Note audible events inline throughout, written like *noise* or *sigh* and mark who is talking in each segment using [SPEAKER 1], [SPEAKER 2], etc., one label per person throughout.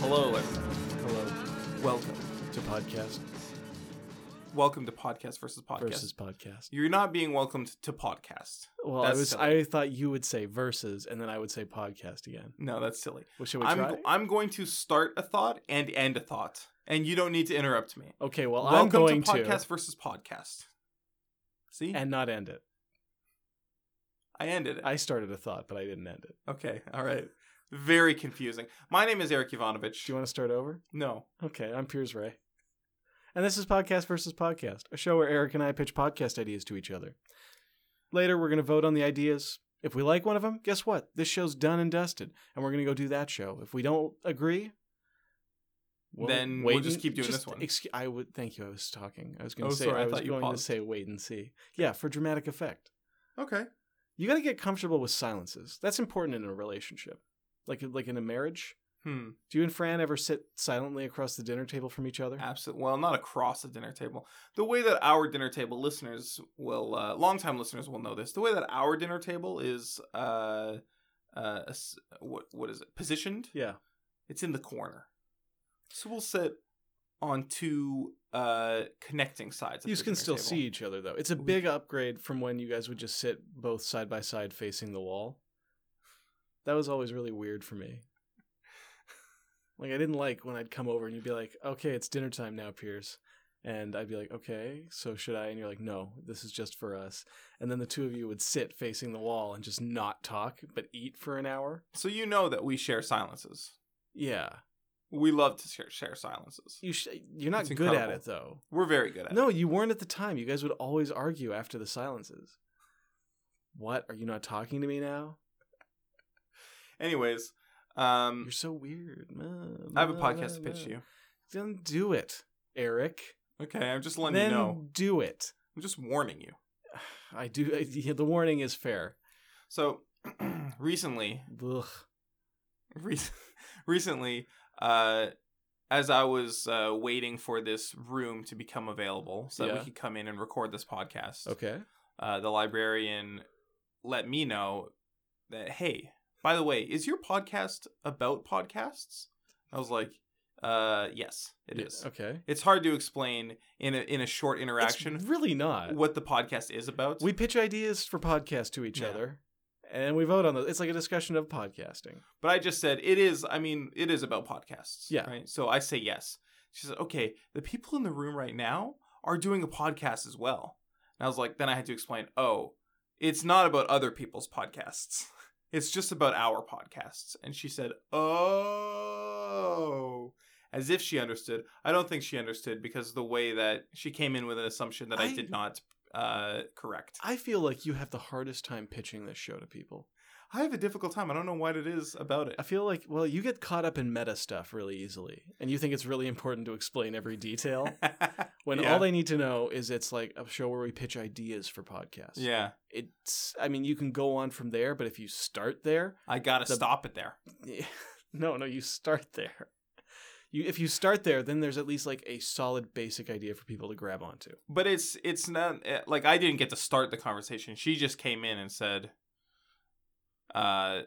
[SPEAKER 1] Hello, everyone.
[SPEAKER 2] Hello. Welcome to Podcast
[SPEAKER 1] Welcome to Podcast versus Podcast.
[SPEAKER 2] versus Podcast.
[SPEAKER 1] You're not being welcomed to Podcast.
[SPEAKER 2] Well, I
[SPEAKER 1] That's
[SPEAKER 2] was
[SPEAKER 1] silly.
[SPEAKER 2] I thought you would say versus and then I would say podcast again.
[SPEAKER 1] No, that's silly.
[SPEAKER 2] Well, should we
[SPEAKER 1] I'm
[SPEAKER 2] try?
[SPEAKER 1] I'm going to start a thought and end a thought, and you don't need to interrupt me.
[SPEAKER 2] okay, well,
[SPEAKER 1] Welcome
[SPEAKER 2] I'm going
[SPEAKER 1] to
[SPEAKER 2] to,
[SPEAKER 1] Podcast versus Podcast. See,
[SPEAKER 2] and not end it.
[SPEAKER 1] I ended it.
[SPEAKER 2] I started a thought, but I didn't end it.
[SPEAKER 1] okay, all right. Very confusing. My name is Eric Ivanovich.
[SPEAKER 2] Do you want to start over?
[SPEAKER 1] No,
[SPEAKER 2] Okay, I'm Piers Ray. And this is Podcast versus Podcast, a show where Eric and I pitch podcast ideas to each other. Later, we're going to vote on the ideas. If we like one of them, guess what? This show's done and dusted, and we're going to go do that show. If we don't agree,
[SPEAKER 1] Then we'll just keep doing this one.
[SPEAKER 2] Excuse, I would thank you. I was talking. I was going
[SPEAKER 1] Oh,
[SPEAKER 2] to say
[SPEAKER 1] sorry, I
[SPEAKER 2] I, was
[SPEAKER 1] thought you
[SPEAKER 2] going to
[SPEAKER 1] paused.
[SPEAKER 2] say wait and see. Yeah, for dramatic effect.
[SPEAKER 1] okay.
[SPEAKER 2] You got to get comfortable with silences. That's important in a relationship, like like in a marriage.
[SPEAKER 1] Hmm.
[SPEAKER 2] Do you and Fran ever sit silently across the dinner table from each other?
[SPEAKER 1] Absolutely. Well, not across the dinner table. The way that our dinner table listeners will, uh, longtime listeners will know this. The way that our dinner table is, uh, uh, s- what what is it? Positioned.
[SPEAKER 2] Yeah.
[SPEAKER 1] It's in the corner. So we'll sit on two uh, connecting sides. of
[SPEAKER 2] You
[SPEAKER 1] the
[SPEAKER 2] can
[SPEAKER 1] dinner
[SPEAKER 2] still
[SPEAKER 1] table.
[SPEAKER 2] see each other though. It's a
[SPEAKER 1] We-
[SPEAKER 2] big upgrade from when you guys would just sit both side by side facing the wall. That was always really weird for me. Like I didn't like when I'd come over and you'd be like, "Okay, it's dinner time now, Piers." And I'd be like, "Okay, so should I?" And you're like, "No, this is just for us." And then the two of you would sit facing the wall and just not talk, but eat for an hour.
[SPEAKER 1] So you know that we share silences.
[SPEAKER 2] Yeah.
[SPEAKER 1] We love to share, share silences.
[SPEAKER 2] You sh- you're not
[SPEAKER 1] It's
[SPEAKER 2] good at
[SPEAKER 1] incredible.
[SPEAKER 2] it though.
[SPEAKER 1] We're very good at it.
[SPEAKER 2] No, you weren't at the time. You guys would always argue after the silences. What? Are you not talking to me now?
[SPEAKER 1] Anyways, um,
[SPEAKER 2] You're so weird.
[SPEAKER 1] I have a podcast to pitch to you.
[SPEAKER 2] Then do it, Eric.
[SPEAKER 1] Okay, I'm just letting
[SPEAKER 2] then
[SPEAKER 1] you know.
[SPEAKER 2] do it. *sighs*
[SPEAKER 1] I'm just warning you.
[SPEAKER 2] I do. I, yeah, the warning is fair.
[SPEAKER 1] So *clears throat* recently,
[SPEAKER 2] Ugh.
[SPEAKER 1] re- *laughs* recently, uh, as I was uh, waiting for this room to become available so that
[SPEAKER 2] Yeah.
[SPEAKER 1] we could come in and record this podcast,
[SPEAKER 2] Okay.
[SPEAKER 1] uh, the librarian let me know that hey, by the way, is your podcast about podcasts? I was like, uh, yes, it is.
[SPEAKER 2] Yeah, Okay.
[SPEAKER 1] It's hard to explain in a in a short interaction
[SPEAKER 2] It's really not.
[SPEAKER 1] what the podcast is about.
[SPEAKER 2] We pitch ideas for podcasts to each
[SPEAKER 1] Yeah.
[SPEAKER 2] other, and we vote on those. It's like a discussion of podcasting.
[SPEAKER 1] But I just said it is. I mean, it is about podcasts.
[SPEAKER 2] Yeah.
[SPEAKER 1] Right. So I say yes. She says, "Okay, the people in the room right now are doing a podcast as well." And I was like, then I had to explain, "Oh, it's not about other people's podcasts. *laughs* It's just about our podcasts." And she said, "Oh." As if she understood. I don't think she understood because the way that she came in with an assumption that I,
[SPEAKER 2] I-
[SPEAKER 1] did not uh, correct.
[SPEAKER 2] I feel like you have the hardest time pitching this show to people.
[SPEAKER 1] I have a difficult time. I don't know what it is about it.
[SPEAKER 2] I feel like, well, you get caught up in meta stuff really easily, and you think it's really important to explain
[SPEAKER 1] *laughs*
[SPEAKER 2] every detail when
[SPEAKER 1] Yeah.
[SPEAKER 2] all they need to know is it's like a show where we pitch ideas for
[SPEAKER 1] *laughs*
[SPEAKER 2] podcasts.
[SPEAKER 1] yeah.
[SPEAKER 2] It's, I mean, you can go on from there, but if you start there, *laughs*
[SPEAKER 1] I gotta
[SPEAKER 2] The-
[SPEAKER 1] stop it there.
[SPEAKER 2] no, no, you start there. You, if you start there, then there's at least like a solid basic idea for people to grab onto.
[SPEAKER 1] But it's it's not eh, like I didn't get to start the conversation. She just came in and said, "Uh,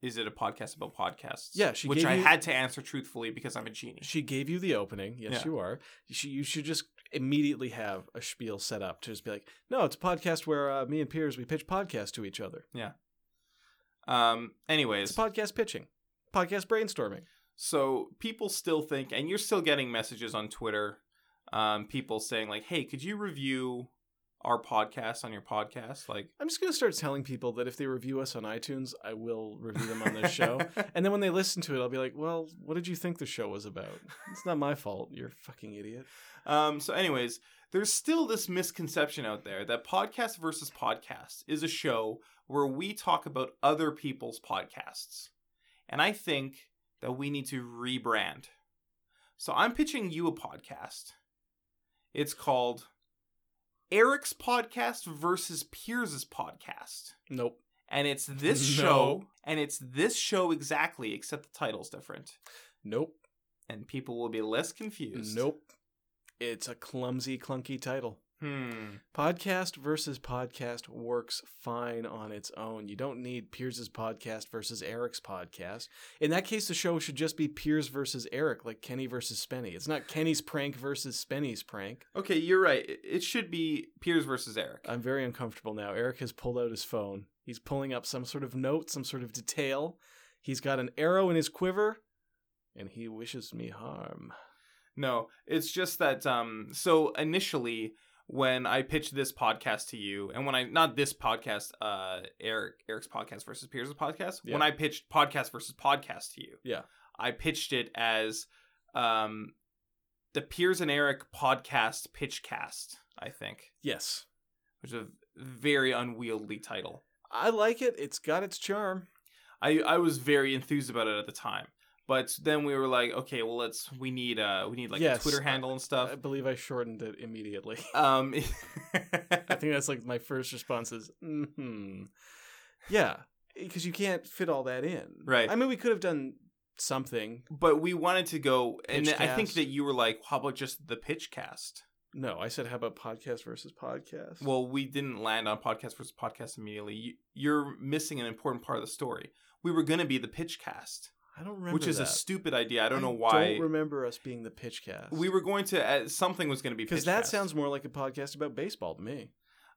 [SPEAKER 1] is it a podcast about podcasts?"
[SPEAKER 2] Yeah, she
[SPEAKER 1] which
[SPEAKER 2] gave
[SPEAKER 1] I
[SPEAKER 2] you-
[SPEAKER 1] had to answer truthfully because I'm a genie.
[SPEAKER 2] She gave you the opening. Yes,
[SPEAKER 1] Yeah.
[SPEAKER 2] you are. She, you should just immediately have a spiel set up to just be like, no, it's a podcast where uh, me and Piers we pitch podcasts to each other.
[SPEAKER 1] Um. Anyways,
[SPEAKER 2] It's podcast pitching, podcast brainstorming.
[SPEAKER 1] so people still think, and you're still getting messages on Twitter, um, people saying like, "Hey, could you review our podcast on your podcast?" Like,
[SPEAKER 2] I'm just going to start telling people that if they review us on iTunes, I will review them on
[SPEAKER 1] *laughs*
[SPEAKER 2] this *laughs* show. And then when they listen to it, I'll be like, well, what did you think the show was about? It's not my fault. You're a fucking idiot.
[SPEAKER 1] Um, so, anyways, there's still this misconception out there that Podcast versus Podcast is a show where we talk about other people's podcasts. And I think that we need to rebrand. So, I'm pitching you a podcast. It's called Eric's Podcast versus Piers' Podcast.
[SPEAKER 2] Nope.
[SPEAKER 1] And it's this
[SPEAKER 2] No.
[SPEAKER 1] show, and it's this show exactly, except the title's different.
[SPEAKER 2] Nope.
[SPEAKER 1] And people will be less confused.
[SPEAKER 2] Nope. It's a clumsy, clunky title.
[SPEAKER 1] Hmm.
[SPEAKER 2] Podcast versus podcast works fine on its own. You don't need Piers' podcast versus Eric's podcast. In that case, the show should just be Piers versus Eric, like Kenny versus Spenny. It's not Kenny's prank versus Spenny's prank.
[SPEAKER 1] Okay, you're right. It- It should be Piers versus Eric.
[SPEAKER 2] I'm very uncomfortable now. Eric has pulled out his phone. He's pulling up some sort of note, some sort of detail. He's got an arrow in his quiver, and he wishes me harm.
[SPEAKER 1] No, it's just that um so initially when I pitched this podcast to you and when I not this podcast uh Eric Eric's podcast versus Piers' podcast,
[SPEAKER 2] Yeah.
[SPEAKER 1] when I pitched podcast versus podcast to you.
[SPEAKER 2] Yeah.
[SPEAKER 1] I pitched it as um the Piers and Eric podcast pitchcast, I think,
[SPEAKER 2] Yes.
[SPEAKER 1] which is a very unwieldy title.
[SPEAKER 2] I like it. It's got its charm.
[SPEAKER 1] I I was very enthused about it at the time. But then we were like, okay, well let's we need uh we need like a
[SPEAKER 2] Yes.
[SPEAKER 1] Twitter handle and
[SPEAKER 2] I
[SPEAKER 1] stuff.
[SPEAKER 2] believe I shortened it immediately. *laughs*
[SPEAKER 1] Um *laughs*
[SPEAKER 2] I think that's like my first response is, hmm. Yeah, because you can't fit all that in.
[SPEAKER 1] Right.
[SPEAKER 2] I mean, we could have done something.
[SPEAKER 1] but we wanted to go and
[SPEAKER 2] Pitch
[SPEAKER 1] I think
[SPEAKER 2] cast.
[SPEAKER 1] that you were like, how about just the pitch cast?
[SPEAKER 2] No, I said, how about podcast versus podcast?
[SPEAKER 1] Well, we didn't land on podcast versus podcast immediately. You, you're missing an important part of the story. We were going to be the pitch cast,
[SPEAKER 2] I don't remember.
[SPEAKER 1] which is a
[SPEAKER 2] that.
[SPEAKER 1] stupid idea. I don't know why.
[SPEAKER 2] don't remember us being the pitch cast.
[SPEAKER 1] we were going to uh, something was going to be
[SPEAKER 2] Because
[SPEAKER 1] pitch
[SPEAKER 2] that
[SPEAKER 1] cast.
[SPEAKER 2] sounds more like a podcast about baseball to me.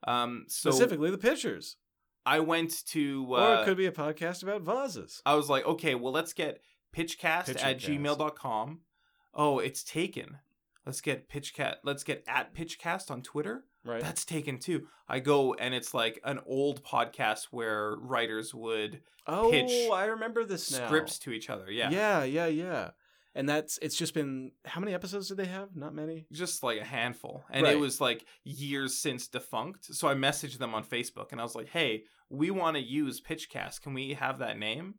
[SPEAKER 1] um so
[SPEAKER 2] Specifically, the pitchers.
[SPEAKER 1] I went to
[SPEAKER 2] or
[SPEAKER 1] uh,
[SPEAKER 2] it could be a podcast about vases.
[SPEAKER 1] I was like, okay, well let's get pitchcast at
[SPEAKER 2] Pitchcast.
[SPEAKER 1] gmail.com. Oh, it's taken. Let's get pitchcat. Let's get at pitchcast on Twitter.
[SPEAKER 2] Right.
[SPEAKER 1] That's taken too. I go and it's like an old podcast where writers would
[SPEAKER 2] oh,
[SPEAKER 1] pitch
[SPEAKER 2] I remember this now.
[SPEAKER 1] scripts to each other. Yeah.
[SPEAKER 2] Yeah, yeah, yeah. And that's it's just been how many episodes did they have? Not many.
[SPEAKER 1] Just like a handful. And it
[SPEAKER 2] Right.
[SPEAKER 1] was like years since defunct. So I messaged them on Facebook and I was like, hey, we want to use Pitchcast. Can we have that name?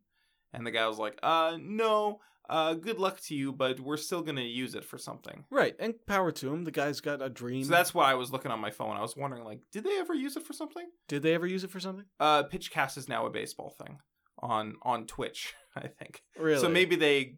[SPEAKER 1] And the guy was like, uh, no, uh, good luck to you, but we're still going to use it for something.
[SPEAKER 2] Right, and power to him. The guy's got a dream.
[SPEAKER 1] So that's why I was looking on my phone. I was wondering, like, did they ever use it for something?
[SPEAKER 2] Did they ever use it for something?
[SPEAKER 1] Uh, Pitchcast is now a baseball thing on on Twitch, *laughs* I think.
[SPEAKER 2] Really?
[SPEAKER 1] So maybe they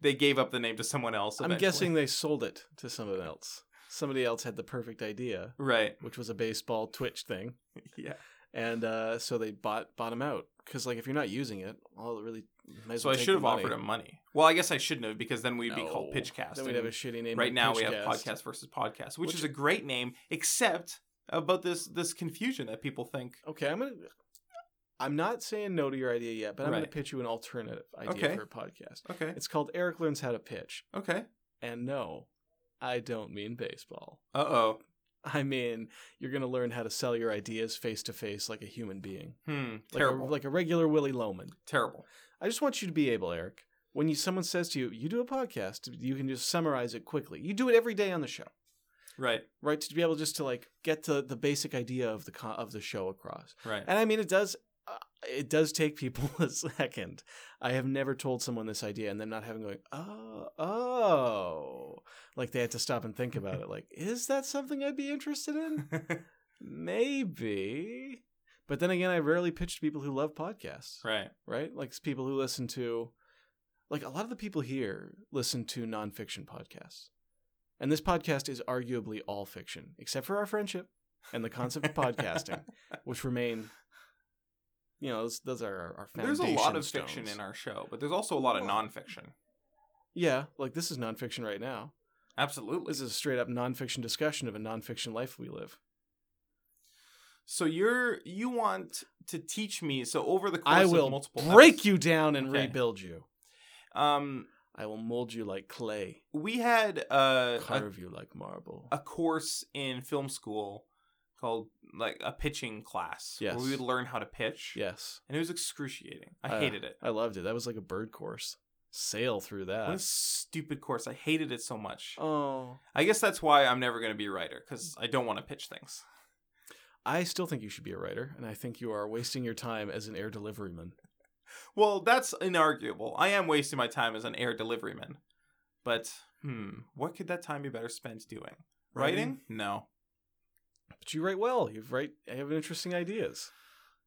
[SPEAKER 1] they gave up the name to someone else.
[SPEAKER 2] I'm
[SPEAKER 1] eventually.
[SPEAKER 2] guessing they sold it to someone else. Somebody else had the perfect idea,
[SPEAKER 1] right.
[SPEAKER 2] which was a baseball Twitch thing,
[SPEAKER 1] *laughs* Yeah.
[SPEAKER 2] and uh, so they bought bought him out. Because like if you're not using it, all it really. Might as
[SPEAKER 1] So
[SPEAKER 2] well
[SPEAKER 1] I
[SPEAKER 2] take
[SPEAKER 1] should
[SPEAKER 2] the
[SPEAKER 1] have offered
[SPEAKER 2] money.
[SPEAKER 1] him money. Well, I guess I shouldn't have because then we'd be called
[SPEAKER 2] No.
[SPEAKER 1] Pitchcast.
[SPEAKER 2] Then we'd have a
[SPEAKER 1] and
[SPEAKER 2] shitty name.
[SPEAKER 1] right
[SPEAKER 2] like
[SPEAKER 1] now we have
[SPEAKER 2] Pitchcast.
[SPEAKER 1] podcast versus podcast, which,
[SPEAKER 2] Which-
[SPEAKER 1] is a great name, except about this this confusion that people think.
[SPEAKER 2] Okay, I'm gonna. I'm not saying no to your idea yet, but I'm gonna
[SPEAKER 1] Right.
[SPEAKER 2] pitch you an alternative idea
[SPEAKER 1] Okay.
[SPEAKER 2] for a podcast.
[SPEAKER 1] Okay.
[SPEAKER 2] It's called Eric learns how to pitch,
[SPEAKER 1] Okay.
[SPEAKER 2] and no, I don't mean baseball.
[SPEAKER 1] Uh oh.
[SPEAKER 2] I mean, you're going to learn how to sell your ideas face to face like a human being.
[SPEAKER 1] Hmm.
[SPEAKER 2] Like a,
[SPEAKER 1] Terrible.
[SPEAKER 2] like a regular Willie Loman.
[SPEAKER 1] Terrible.
[SPEAKER 2] I just want you to be able, Eric, when you, someone says to you, you do a podcast, you can just summarize it quickly. You do it every day on the show,
[SPEAKER 1] Right.
[SPEAKER 2] right? To be able just to like get to the basic idea of the co- of the show across.
[SPEAKER 1] Right.
[SPEAKER 2] And I mean, it does uh, it does take people *laughs* a second. I have never told someone this idea and them not having going, oh, oh, like they had to stop and think about it. Like, is that something I'd be interested in? Maybe. But then again, I rarely pitch to people who love podcasts, right?
[SPEAKER 1] *laughs* right.
[SPEAKER 2] Like it's people who listen to, like a lot of the people here listen to nonfiction podcasts. And this podcast is arguably all fiction, except for our friendship and the concept
[SPEAKER 1] *laughs*
[SPEAKER 2] of podcasting, which remain, you know, those, those are our, our
[SPEAKER 1] There's a
[SPEAKER 2] foundation
[SPEAKER 1] lot of
[SPEAKER 2] stones.
[SPEAKER 1] fiction in our show, but there's also a lot of
[SPEAKER 2] Well-
[SPEAKER 1] nonfiction.
[SPEAKER 2] Yeah, like this is nonfiction right now.
[SPEAKER 1] Absolutely.
[SPEAKER 2] This is a straight up nonfiction discussion of a nonfiction life we live.
[SPEAKER 1] So you're you want to teach me? So over the course
[SPEAKER 2] I
[SPEAKER 1] of
[SPEAKER 2] will
[SPEAKER 1] multiple
[SPEAKER 2] break
[SPEAKER 1] episodes-
[SPEAKER 2] you down and
[SPEAKER 1] Okay.
[SPEAKER 2] rebuild you.
[SPEAKER 1] Um,
[SPEAKER 2] I will mold you like clay,
[SPEAKER 1] we had uh, a
[SPEAKER 2] carve you like marble.
[SPEAKER 1] a course in film school called like a pitching class
[SPEAKER 2] Yes.
[SPEAKER 1] where we would learn how to pitch.
[SPEAKER 2] yes.
[SPEAKER 1] And it was excruciating. I
[SPEAKER 2] Uh,
[SPEAKER 1] hated it.
[SPEAKER 2] I loved it. That was like a bird course. Sail through that.
[SPEAKER 1] What a stupid course. I hated it so much.
[SPEAKER 2] uh. Oh.
[SPEAKER 1] I guess that's why I'm never going to be a writer cuz I don't want to pitch things.
[SPEAKER 2] I still think you should be a writer, and I think you are wasting your time as an air deliveryman.
[SPEAKER 1] Well, that's inarguable. I am wasting my time as an air deliveryman. But hmm, what could that time be better spent doing? Writing? No.
[SPEAKER 2] But you write well. You write you have interesting ideas.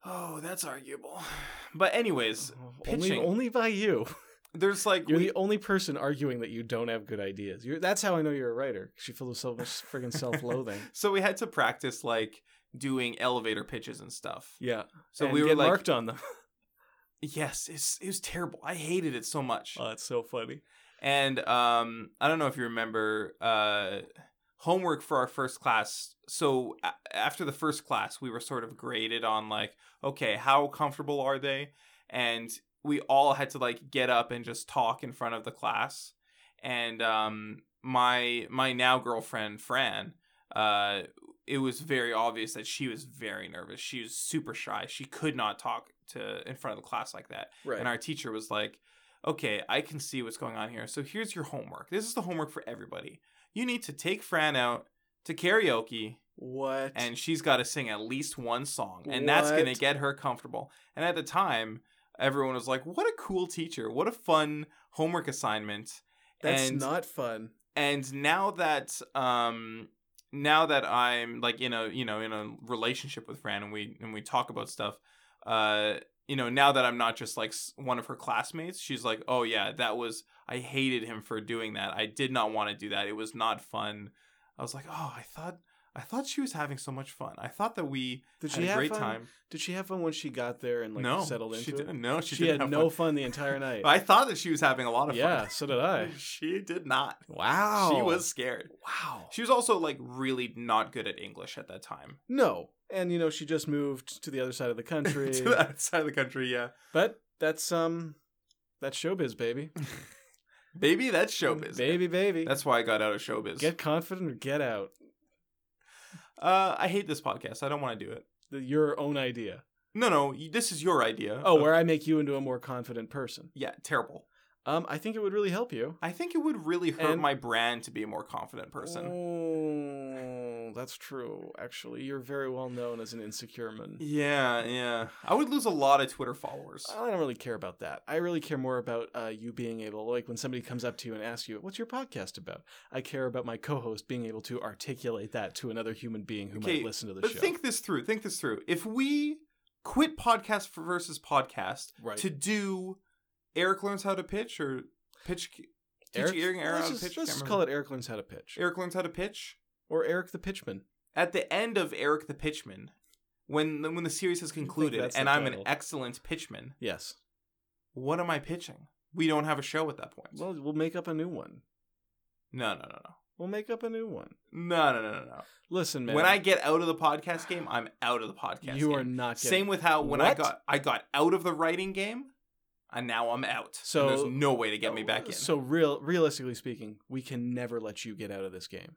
[SPEAKER 1] Oh, that's arguable. *sighs* But anyways,
[SPEAKER 2] Only
[SPEAKER 1] Pitching.
[SPEAKER 2] only by you.
[SPEAKER 1] There's like
[SPEAKER 2] *laughs* You're
[SPEAKER 1] we-
[SPEAKER 2] the only person arguing that you don't have good ideas. You're, that's how I know you're a writer. 'cause You're full of so much friggin'
[SPEAKER 1] *laughs*
[SPEAKER 2] self-loathing.
[SPEAKER 1] so we had to practice like doing elevator pitches and stuff.
[SPEAKER 2] Yeah.
[SPEAKER 1] So
[SPEAKER 2] And
[SPEAKER 1] we were
[SPEAKER 2] get
[SPEAKER 1] like,
[SPEAKER 2] marked on
[SPEAKER 1] *laughs*
[SPEAKER 2] them.
[SPEAKER 1] yes, it's, it was terrible. I hated it so much.
[SPEAKER 2] oh, that's so funny.
[SPEAKER 1] And um, I don't know if you remember uh, homework for our first class. So a- after the first class, we were sort of graded on like, okay, how comfortable are they? And we all had to like get up and just talk in front of the class. And um, my my now girlfriend Fran, uh, it was very obvious that she was very nervous. She was super shy. She could not talk to in front of the class like that.
[SPEAKER 2] Right.
[SPEAKER 1] And our teacher was like, okay, I can see what's going on here. So here's your homework. This is the homework for everybody. You need to take Fran out to karaoke
[SPEAKER 2] what?
[SPEAKER 1] and she's got to sing at least one song. And that's going to
[SPEAKER 2] What?
[SPEAKER 1] get her comfortable. And at the time, everyone was like, what a cool teacher. What a fun homework assignment.
[SPEAKER 2] that's
[SPEAKER 1] and-
[SPEAKER 2] not fun.
[SPEAKER 1] And now that, um, now that I'm like in a you know in a relationship with Fran and we and we talk about stuff, uh, you know, now that I'm not just like s- one of her classmates, she's like, oh yeah, that was, I hated him for doing that. I did not want to do that. It was not fun. I was like, oh, I thought, I thought she was having so much fun. I thought that we
[SPEAKER 2] Did
[SPEAKER 1] had
[SPEAKER 2] she
[SPEAKER 1] a
[SPEAKER 2] have
[SPEAKER 1] great
[SPEAKER 2] fun?
[SPEAKER 1] time.
[SPEAKER 2] Did she have fun when she got there and like
[SPEAKER 1] no,
[SPEAKER 2] settled into
[SPEAKER 1] she
[SPEAKER 2] it?
[SPEAKER 1] didn't. No, she,
[SPEAKER 2] She,
[SPEAKER 1] didn't
[SPEAKER 2] had
[SPEAKER 1] have
[SPEAKER 2] no
[SPEAKER 1] fun.
[SPEAKER 2] fun the entire night.
[SPEAKER 1] *laughs* I thought that she was having a lot of
[SPEAKER 2] yeah,
[SPEAKER 1] fun.
[SPEAKER 2] so did *laughs* I.
[SPEAKER 1] *laughs* She did not.
[SPEAKER 2] Wow.
[SPEAKER 1] She was scared.
[SPEAKER 2] Wow.
[SPEAKER 1] She was also like really not good at English at that time. *laughs*
[SPEAKER 2] No. And you know, she just moved to the other side of the country.
[SPEAKER 1] to that side of the country, yeah.
[SPEAKER 2] But that's um that's showbiz, baby.
[SPEAKER 1] Baby, that's showbiz.
[SPEAKER 2] Baby, baby.
[SPEAKER 1] That's why I got out of showbiz.
[SPEAKER 2] get confident or get out.
[SPEAKER 1] Uh, I hate this podcast. I don't want to do it.
[SPEAKER 2] The, your own idea.
[SPEAKER 1] No, no, y- this is your idea.
[SPEAKER 2] Oh,
[SPEAKER 1] of-
[SPEAKER 2] where I make you into a more confident person.
[SPEAKER 1] yeah, terrible.
[SPEAKER 2] Um, I think it would really help you.
[SPEAKER 1] I think it would really hurt
[SPEAKER 2] And-
[SPEAKER 1] my brand to be a more confident person.
[SPEAKER 2] Oh, that's true. Actually, you're very well known as an insecure man.
[SPEAKER 1] Yeah, yeah. I would lose a lot of Twitter followers.
[SPEAKER 2] I don't really care about that. I really care more about uh, you being able, like when somebody comes up to you and asks you, "What's your podcast about?" I care about my co-host being able to articulate that to another human being who
[SPEAKER 1] Okay,
[SPEAKER 2] might listen to the
[SPEAKER 1] But
[SPEAKER 2] show.
[SPEAKER 1] think this through. Think this through. If we quit podcast for versus podcast
[SPEAKER 2] right.
[SPEAKER 1] to do Eric learns how to pitch or pitch teaching
[SPEAKER 2] Eric,
[SPEAKER 1] Eric, Eric
[SPEAKER 2] let's
[SPEAKER 1] how to pitch.
[SPEAKER 2] just, let's
[SPEAKER 1] Can't
[SPEAKER 2] just
[SPEAKER 1] remember.
[SPEAKER 2] call it Eric learns how to pitch,
[SPEAKER 1] Eric learns how to pitch.
[SPEAKER 2] or Eric the Pitchman.
[SPEAKER 1] At the end of Eric the Pitchman, when when the series has concluded,
[SPEAKER 2] that's the
[SPEAKER 1] and I'm an
[SPEAKER 2] title.
[SPEAKER 1] excellent pitchman.
[SPEAKER 2] Yes.
[SPEAKER 1] what am I pitching? We don't have a show at that point.
[SPEAKER 2] Well, we'll make up a new one.
[SPEAKER 1] no, no, no,
[SPEAKER 2] We'll make up a new one.
[SPEAKER 1] no, no, no, no, no.
[SPEAKER 2] Listen, man.
[SPEAKER 1] When I get out of the podcast game, I'm out of the podcast.
[SPEAKER 2] you
[SPEAKER 1] game.
[SPEAKER 2] are not getting
[SPEAKER 1] same with how when I
[SPEAKER 2] What?
[SPEAKER 1] got I got out of the writing game, and now I'm out.
[SPEAKER 2] So-
[SPEAKER 1] So there's no way to get me back in.
[SPEAKER 2] So real, realistically speaking, we can never let you get out of this game.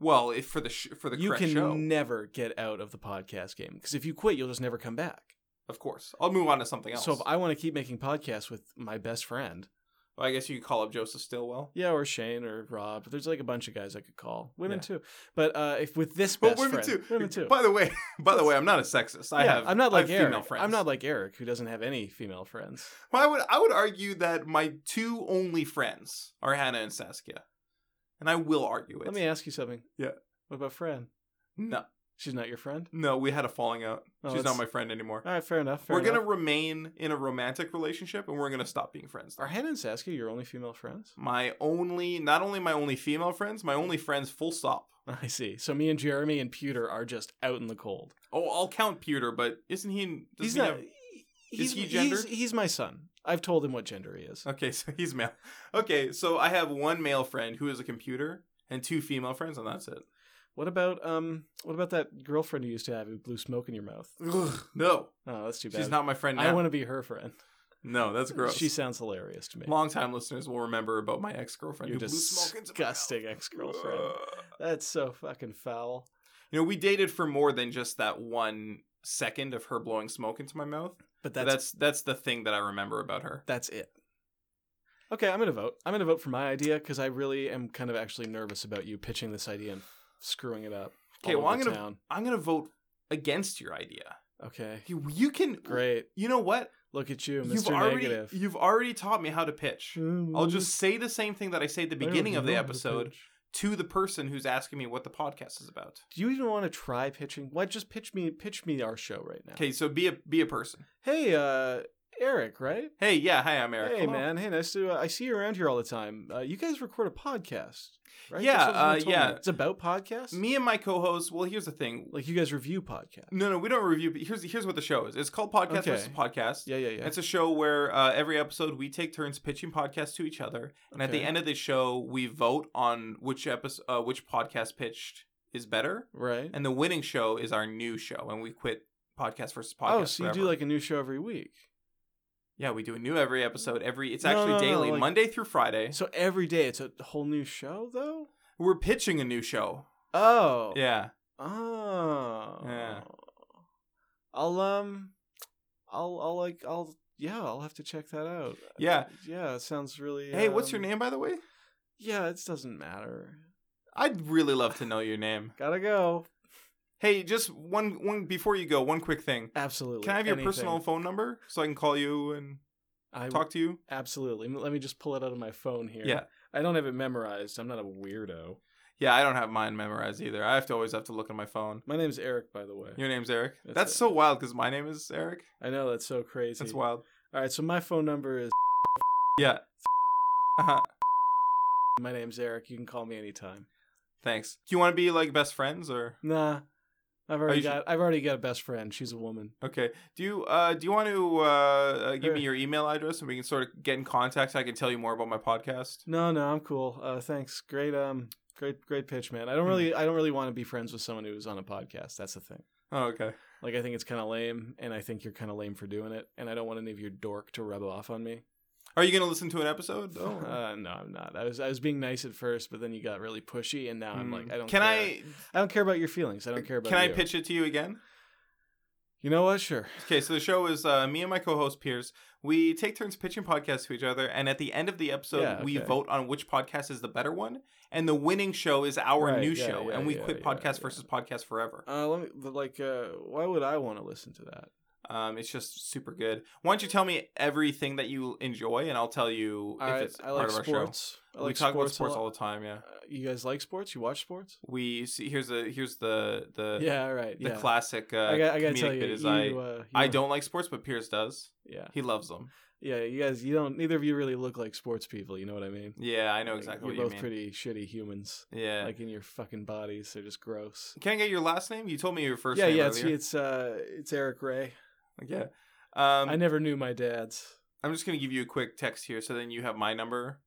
[SPEAKER 1] well, if for the sh- for the
[SPEAKER 2] you
[SPEAKER 1] correct
[SPEAKER 2] can
[SPEAKER 1] show,
[SPEAKER 2] never get out of the podcast game because if you quit, you'll just never come back.
[SPEAKER 1] of course, I'll move on to something else.
[SPEAKER 2] So if I want to keep making podcasts with my best friend,
[SPEAKER 1] Well, I guess you could call up Joseph Stillwell.
[SPEAKER 2] yeah, or Shane or Rob, there's like a bunch of guys I could call, women
[SPEAKER 1] Yeah.
[SPEAKER 2] too. But uh, if with
[SPEAKER 1] *laughs*
[SPEAKER 2] this
[SPEAKER 1] But
[SPEAKER 2] best
[SPEAKER 1] women
[SPEAKER 2] friend,
[SPEAKER 1] too.
[SPEAKER 2] women too.
[SPEAKER 1] By the way, *laughs* by the way, I'm not a sexist. I
[SPEAKER 2] yeah,
[SPEAKER 1] have.
[SPEAKER 2] I'm not
[SPEAKER 1] I
[SPEAKER 2] like
[SPEAKER 1] have
[SPEAKER 2] Eric.
[SPEAKER 1] female friends.
[SPEAKER 2] I'm not like Eric who doesn't have any female friends.
[SPEAKER 1] Well, I would I would argue that my two only friends are Hannah and Saskia, and I will argue it.
[SPEAKER 2] Let me ask you something.
[SPEAKER 1] Yeah.
[SPEAKER 2] What about Fran?
[SPEAKER 1] no,
[SPEAKER 2] She's not your friend.
[SPEAKER 1] no, we had a falling out.
[SPEAKER 2] Oh,
[SPEAKER 1] She's
[SPEAKER 2] that's-
[SPEAKER 1] not my friend anymore.
[SPEAKER 2] All right, fair enough. Fair
[SPEAKER 1] we're
[SPEAKER 2] enough.
[SPEAKER 1] gonna remain in a romantic relationship, and we're gonna stop being friends.
[SPEAKER 2] Are Hannah and Saskia your only female friends? *laughs*
[SPEAKER 1] My only, not only my only female friends, my only friends. Full stop.
[SPEAKER 2] I see. So me and Jeremy and Pewter are just out in the cold.
[SPEAKER 1] Oh, I'll count Peter, but isn't he? doesn't
[SPEAKER 2] he's
[SPEAKER 1] he
[SPEAKER 2] not.
[SPEAKER 1] have-
[SPEAKER 2] he's,
[SPEAKER 1] he
[SPEAKER 2] He's,
[SPEAKER 1] gendered?
[SPEAKER 2] he's my son. I've told him what gender he is.
[SPEAKER 1] Okay, *laughs* so he's male. Okay, so I have one male friend who is a computer, and two female friends, and that's it.
[SPEAKER 2] What about um? What about that girlfriend you used to have who blew smoke in your mouth?
[SPEAKER 1] Ugh, no,
[SPEAKER 2] Oh, that's too bad.
[SPEAKER 1] she's not my friend now.
[SPEAKER 2] I want to be her friend.
[SPEAKER 1] no, that's gross.
[SPEAKER 2] She sounds hilarious to me.
[SPEAKER 1] Long-time listeners will remember about my ex-girlfriend
[SPEAKER 2] Your
[SPEAKER 1] who blew smoke into my
[SPEAKER 2] disgusting
[SPEAKER 1] mouth.
[SPEAKER 2] ex-girlfriend. That's so fucking foul.
[SPEAKER 1] You know, we dated for more than just that one second of her blowing smoke into my mouth.
[SPEAKER 2] But
[SPEAKER 1] That's
[SPEAKER 2] that's that's,
[SPEAKER 1] that's, the thing that I remember about her.
[SPEAKER 2] it. Okay, I'm gonna vote. I'm gonna vote for my idea because I really am kind of actually nervous about you pitching this idea and screwing it up.
[SPEAKER 1] Okay,
[SPEAKER 2] all
[SPEAKER 1] well,
[SPEAKER 2] over
[SPEAKER 1] I'm gonna-
[SPEAKER 2] town.
[SPEAKER 1] I'm gonna vote against your idea.
[SPEAKER 2] Okay,
[SPEAKER 1] You, you can
[SPEAKER 2] great.
[SPEAKER 1] You know what?
[SPEAKER 2] Look at you,
[SPEAKER 1] You've
[SPEAKER 2] Mr.
[SPEAKER 1] already
[SPEAKER 2] Negative.
[SPEAKER 1] you've already taught me how to pitch. I'll just say the same thing that I say at the beginning of the episode to the person who's asking me what the podcast is about.
[SPEAKER 2] Do you even want to try pitching? Why just pitch me pitch me our show right now?
[SPEAKER 1] Okay, so be a be a person.
[SPEAKER 2] Hey, uh Eric, right?
[SPEAKER 1] Hey, yeah, hi, I'm Eric.
[SPEAKER 2] Hey,
[SPEAKER 1] Hello.
[SPEAKER 2] man. Hey, nice to. Uh, I see you around here all the time. Uh, you guys record a podcast, right?
[SPEAKER 1] Yeah,
[SPEAKER 2] That's what someone
[SPEAKER 1] uh,
[SPEAKER 2] told me.
[SPEAKER 1] yeah.
[SPEAKER 2] It's about podcasts.
[SPEAKER 1] Me and my co-host. Well, here's the thing.
[SPEAKER 2] like you guys review podcasts.
[SPEAKER 1] No, no, we don't review. But here's here's what the show is. It's called Podcast
[SPEAKER 2] Okay.
[SPEAKER 1] versus Podcast.
[SPEAKER 2] Yeah, yeah, yeah.
[SPEAKER 1] It's a show where uh, every episode we take turns pitching podcasts to each other, and at the
[SPEAKER 2] Okay.
[SPEAKER 1] end of the show we vote on which episode, uh, which podcast pitched is better,
[SPEAKER 2] right.
[SPEAKER 1] and the winning show is our new show, and we quit Podcast versus Podcast.
[SPEAKER 2] oh, so you do
[SPEAKER 1] forever.
[SPEAKER 2] like a new show every week.
[SPEAKER 1] yeah, we do a new every episode. Every it's
[SPEAKER 2] No,
[SPEAKER 1] actually
[SPEAKER 2] no, no,
[SPEAKER 1] daily,
[SPEAKER 2] like-
[SPEAKER 1] Monday through Friday.
[SPEAKER 2] So every day it's a whole new show, though.
[SPEAKER 1] We're pitching a new show.
[SPEAKER 2] Oh.
[SPEAKER 1] Yeah,
[SPEAKER 2] Oh.
[SPEAKER 1] Yeah.
[SPEAKER 2] I'll um I'll I'll like I'll yeah, I'll have to check that out.
[SPEAKER 1] yeah.
[SPEAKER 2] Yeah, it sounds really
[SPEAKER 1] Hey, what's your
[SPEAKER 2] um,
[SPEAKER 1] name by the way?
[SPEAKER 2] Yeah, it doesn't matter.
[SPEAKER 1] I'd really love to know your name.
[SPEAKER 2] Gotta go.
[SPEAKER 1] Hey, just one one before you go, one quick thing.
[SPEAKER 2] Absolutely.
[SPEAKER 1] Can I have your
[SPEAKER 2] Anything.
[SPEAKER 1] personal phone number so I can call you and
[SPEAKER 2] I
[SPEAKER 1] talk to you?
[SPEAKER 2] absolutely. M- Let me just pull it out of my phone here.
[SPEAKER 1] Yeah.
[SPEAKER 2] I don't have it memorized. I'm not a weirdo.
[SPEAKER 1] Yeah, I don't have mine memorized either. I have to always have to look at my phone.
[SPEAKER 2] My name's Eric, by the way.
[SPEAKER 1] Your name's Eric.
[SPEAKER 2] That's
[SPEAKER 1] That's
[SPEAKER 2] it.
[SPEAKER 1] so wild because my name is Eric.
[SPEAKER 2] I know that's so crazy.
[SPEAKER 1] That's wild.
[SPEAKER 2] All right, so my phone number is *laughs*
[SPEAKER 1] Yeah. *laughs* Uh-huh.
[SPEAKER 2] my name's Eric. You can call me anytime.
[SPEAKER 1] Thanks. Do you want to be like best friends or
[SPEAKER 2] Nah. I've already
[SPEAKER 1] you sure?
[SPEAKER 2] got I've already got a best friend. She's a woman.
[SPEAKER 1] okay? Do you uh do you want to uh, uh give me your email address and we can sort of get in contact so I can tell you more about my podcast?
[SPEAKER 2] No, no, I'm cool. Uh, thanks. Great, um, great, great pitch, man. I don't
[SPEAKER 1] Hmm.
[SPEAKER 2] really, I don't really want to be friends with someone who's on a podcast. That's the thing.
[SPEAKER 1] Oh, okay.
[SPEAKER 2] Like, I think it's kind of lame, and I think you're kind of lame for doing it, and I don't want any of your dork to rub off on me.
[SPEAKER 1] Are you gonna listen to an episode? though?
[SPEAKER 2] *laughs* Uh, no, I'm not. I was, I was being nice at first, but then you got really pushy, and now I'm
[SPEAKER 1] Hmm.
[SPEAKER 2] like, I don't.
[SPEAKER 1] Can
[SPEAKER 2] care.
[SPEAKER 1] I
[SPEAKER 2] I don't care about your feelings. I don't care about.
[SPEAKER 1] Can I
[SPEAKER 2] you.
[SPEAKER 1] pitch it to you again?
[SPEAKER 2] You know what? Sure.
[SPEAKER 1] Okay, so the show is uh, me and my co-host Piers. We take turns pitching podcasts to each other, and at the end of the episode,
[SPEAKER 2] Yeah,
[SPEAKER 1] we
[SPEAKER 2] okay.
[SPEAKER 1] vote on which podcast is the better one, and the winning show is our
[SPEAKER 2] Right,
[SPEAKER 1] new
[SPEAKER 2] yeah,
[SPEAKER 1] show,
[SPEAKER 2] yeah,
[SPEAKER 1] and we
[SPEAKER 2] yeah,
[SPEAKER 1] quit
[SPEAKER 2] yeah,
[SPEAKER 1] podcast
[SPEAKER 2] yeah.
[SPEAKER 1] versus podcast forever.
[SPEAKER 2] Uh, let me but, like. Uh, why would I want to listen to that?
[SPEAKER 1] Um, it's just super good. Why don't you tell me everything that you enjoy, and I'll tell you
[SPEAKER 2] All
[SPEAKER 1] if
[SPEAKER 2] right.
[SPEAKER 1] it's
[SPEAKER 2] I
[SPEAKER 1] part
[SPEAKER 2] like
[SPEAKER 1] of our
[SPEAKER 2] sports. I
[SPEAKER 1] show.
[SPEAKER 2] like
[SPEAKER 1] we talk
[SPEAKER 2] sports
[SPEAKER 1] about
[SPEAKER 2] a
[SPEAKER 1] sports
[SPEAKER 2] lot.
[SPEAKER 1] all the time. Yeah,
[SPEAKER 2] Uh, you guys like sports? You watch sports?
[SPEAKER 1] we see. Here's the here's the the
[SPEAKER 2] yeah. All right.
[SPEAKER 1] the
[SPEAKER 2] yeah.
[SPEAKER 1] classic uh,
[SPEAKER 2] I got, I gotta
[SPEAKER 1] comedic
[SPEAKER 2] tell you,
[SPEAKER 1] bit is
[SPEAKER 2] you,
[SPEAKER 1] I
[SPEAKER 2] uh, you
[SPEAKER 1] I don't like sports, but Piers does.
[SPEAKER 2] Yeah,
[SPEAKER 1] He loves them.
[SPEAKER 2] yeah. You guys, you don't. Neither of you really look like sports people. You know what I mean?
[SPEAKER 1] Yeah, I know
[SPEAKER 2] Like,
[SPEAKER 1] exactly
[SPEAKER 2] You're
[SPEAKER 1] what you
[SPEAKER 2] both
[SPEAKER 1] mean.
[SPEAKER 2] pretty shitty humans.
[SPEAKER 1] yeah.
[SPEAKER 2] Like in your fucking bodies, they're just gross.
[SPEAKER 1] Can I get your last name? You told me your first
[SPEAKER 2] yeah,
[SPEAKER 1] name.
[SPEAKER 2] yeah. It's
[SPEAKER 1] earlier.
[SPEAKER 2] it's uh it's Eric Ray.
[SPEAKER 1] yeah. Um,
[SPEAKER 2] I never knew my dad's.
[SPEAKER 1] I'm just gonna give you a quick text here, so then you have my number,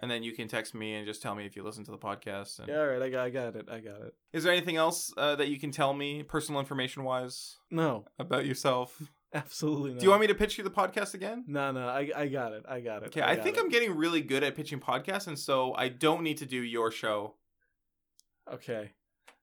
[SPEAKER 1] and then you can text me and just tell me if you listen to the podcast. And...
[SPEAKER 2] Yeah, all right. I got, I got it. I got it.
[SPEAKER 1] Is there anything else uh, that you can tell me, personal information wise,
[SPEAKER 2] No, *laughs*
[SPEAKER 1] about yourself?
[SPEAKER 2] absolutely not.
[SPEAKER 1] Do you want me to pitch you the podcast again?
[SPEAKER 2] No, no. I I got it. I got it.
[SPEAKER 1] Okay, I,
[SPEAKER 2] got
[SPEAKER 1] think
[SPEAKER 2] it.
[SPEAKER 1] I'm getting really good at pitching podcasts, and so I don't need to do your show.
[SPEAKER 2] Okay,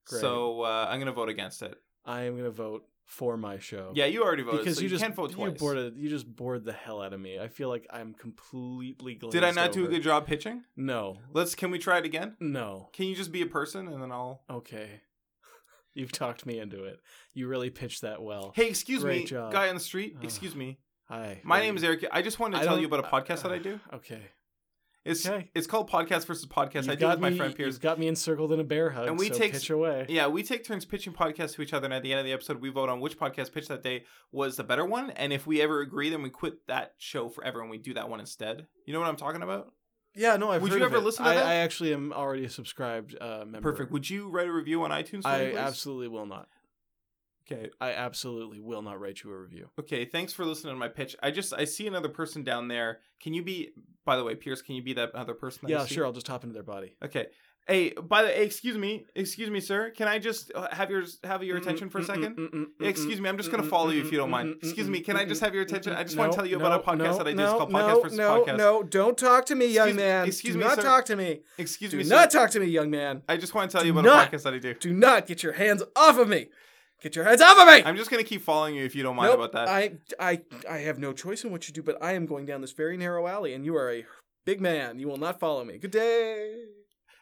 [SPEAKER 2] Great.
[SPEAKER 1] So uh, I'm gonna vote against it.
[SPEAKER 2] I am gonna vote for my show.
[SPEAKER 1] Yeah, you already voted,
[SPEAKER 2] Oh, Because
[SPEAKER 1] so
[SPEAKER 2] you,
[SPEAKER 1] you,
[SPEAKER 2] just
[SPEAKER 1] can't vote twice.
[SPEAKER 2] you bored you just bored the hell out of me. I feel like I'm completely glazed
[SPEAKER 1] Did I not do a
[SPEAKER 2] over.
[SPEAKER 1] good job pitching?
[SPEAKER 2] No,
[SPEAKER 1] Let's. Can we try it again?
[SPEAKER 2] no.
[SPEAKER 1] Can you just be a person, and then I'll.
[SPEAKER 2] Okay. *laughs* You've talked me into it. You really pitched that well.
[SPEAKER 1] Hey, excuse
[SPEAKER 2] Oh, Great
[SPEAKER 1] me,
[SPEAKER 2] job.
[SPEAKER 1] guy on the street.
[SPEAKER 2] Ugh.
[SPEAKER 1] Excuse me.
[SPEAKER 2] Hi.
[SPEAKER 1] My
[SPEAKER 2] wait.
[SPEAKER 1] name is Eric. I just wanted to
[SPEAKER 2] I
[SPEAKER 1] tell you
[SPEAKER 2] don't-
[SPEAKER 1] about a podcast that I do.
[SPEAKER 2] Okay.
[SPEAKER 1] It's
[SPEAKER 2] Okay.
[SPEAKER 1] it's called Podcast versus Podcast.
[SPEAKER 2] You've
[SPEAKER 1] I do it with my
[SPEAKER 2] me-
[SPEAKER 1] friend Piers.
[SPEAKER 2] You've got me encircled in a bear hug.
[SPEAKER 1] And
[SPEAKER 2] And
[SPEAKER 1] we
[SPEAKER 2] we so
[SPEAKER 1] take-
[SPEAKER 2] pitch away.
[SPEAKER 1] Yeah, we take turns pitching podcasts to each other, and at the end of the episode, we vote on which podcast pitch that day was the better one. And if we ever agree, then we quit that show forever and we do that one instead. You know what I'm talking about?
[SPEAKER 2] Yeah, no, I've
[SPEAKER 1] Would
[SPEAKER 2] heard
[SPEAKER 1] you
[SPEAKER 2] of
[SPEAKER 1] ever
[SPEAKER 2] it.
[SPEAKER 1] listen to
[SPEAKER 2] I,
[SPEAKER 1] that?
[SPEAKER 2] I actually am already a subscribed uh, member.
[SPEAKER 1] Perfect. Would you write a review on iTunes? For me,
[SPEAKER 2] I
[SPEAKER 1] please?
[SPEAKER 2] absolutely will not.
[SPEAKER 1] Okay.
[SPEAKER 2] I absolutely will not write you a review.
[SPEAKER 1] Okay. Thanks for listening to my pitch. I just I see another person down there. Can you be? By the way, Pierce, can you be that other person? That I
[SPEAKER 2] yeah,
[SPEAKER 1] see?
[SPEAKER 2] sure. I'll just hop into their body.
[SPEAKER 1] Okay. Hey, by the hey, excuse me, excuse me, sir. Can I just uh, have your have
[SPEAKER 2] Mm,
[SPEAKER 1] your attention for a second? Excuse me, I'm just gonna follow you if you don't mind. Excuse me, can I just have your attention? I just want to tell you about a podcast that I did. It's called Podcast versus Podcast.
[SPEAKER 2] don't talk to me,
[SPEAKER 1] Excuse- excuse me, sir.
[SPEAKER 2] to me.
[SPEAKER 1] Excuse me, sir.
[SPEAKER 2] talk to me, young man.
[SPEAKER 1] I just want to tell you
[SPEAKER 2] do
[SPEAKER 1] about
[SPEAKER 2] not-
[SPEAKER 1] a podcast that I do.
[SPEAKER 2] Do not get your hands off of me. Get your hands off of me.
[SPEAKER 1] I'm just gonna keep following you if you don't mind
[SPEAKER 2] Nope,
[SPEAKER 1] about that.
[SPEAKER 2] I, I, I have no choice in what you do, but I am going down this very narrow alley, and you are a big man. You will not follow me. Good day.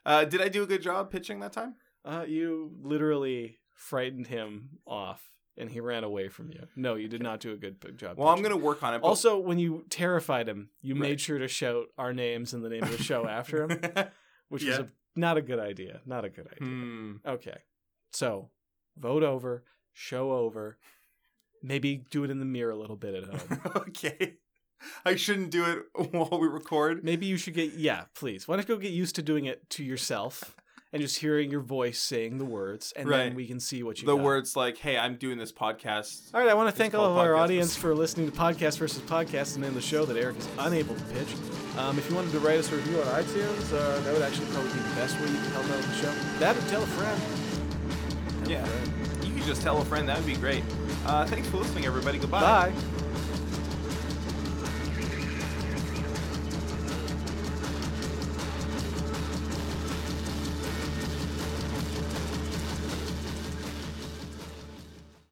[SPEAKER 1] Uh, did I do a good job pitching that time?
[SPEAKER 2] Uh, you literally frightened him off, and he ran away from you. No, you did not do a good p- job.
[SPEAKER 1] Well, I'm
[SPEAKER 2] pitching.
[SPEAKER 1] gonna work on it. But... *laughs*
[SPEAKER 2] Also, when you terrified him, you
[SPEAKER 1] Right.
[SPEAKER 2] made sure to shout our names and the name of the
[SPEAKER 1] *laughs*
[SPEAKER 2] show after him, which was
[SPEAKER 1] Yeah.
[SPEAKER 2] a, not a good idea. Not a good idea.
[SPEAKER 1] hmm.
[SPEAKER 2] Okay. So vote over, show over, Maybe do it in the mirror a little bit at home.
[SPEAKER 1] *laughs* okay. I shouldn't do it *laughs* while we record.
[SPEAKER 2] Maybe you should get yeah, please. Why don't you go get used to doing it to yourself and just hearing your voice saying the words, and
[SPEAKER 1] Right.
[SPEAKER 2] then we can see what you
[SPEAKER 1] The
[SPEAKER 2] got.
[SPEAKER 1] words like, "Hey, I'm doing this podcast."
[SPEAKER 2] All right, I want to thank all of
[SPEAKER 1] called
[SPEAKER 2] our
[SPEAKER 1] Podcast
[SPEAKER 2] audience
[SPEAKER 1] versus-
[SPEAKER 2] for listening to Podcast versus Podcast and then the show that Eric is unable to pitch. Um, if you wanted to write us a review on iTunes, uh, that would actually probably be the best way you can help out with the show. That or tell a friend. Tell a
[SPEAKER 1] Yeah.
[SPEAKER 2] friend.
[SPEAKER 1] You could just tell a friend. That would be great. Uh, thanks for listening, everybody. Goodbye.
[SPEAKER 2] Bye.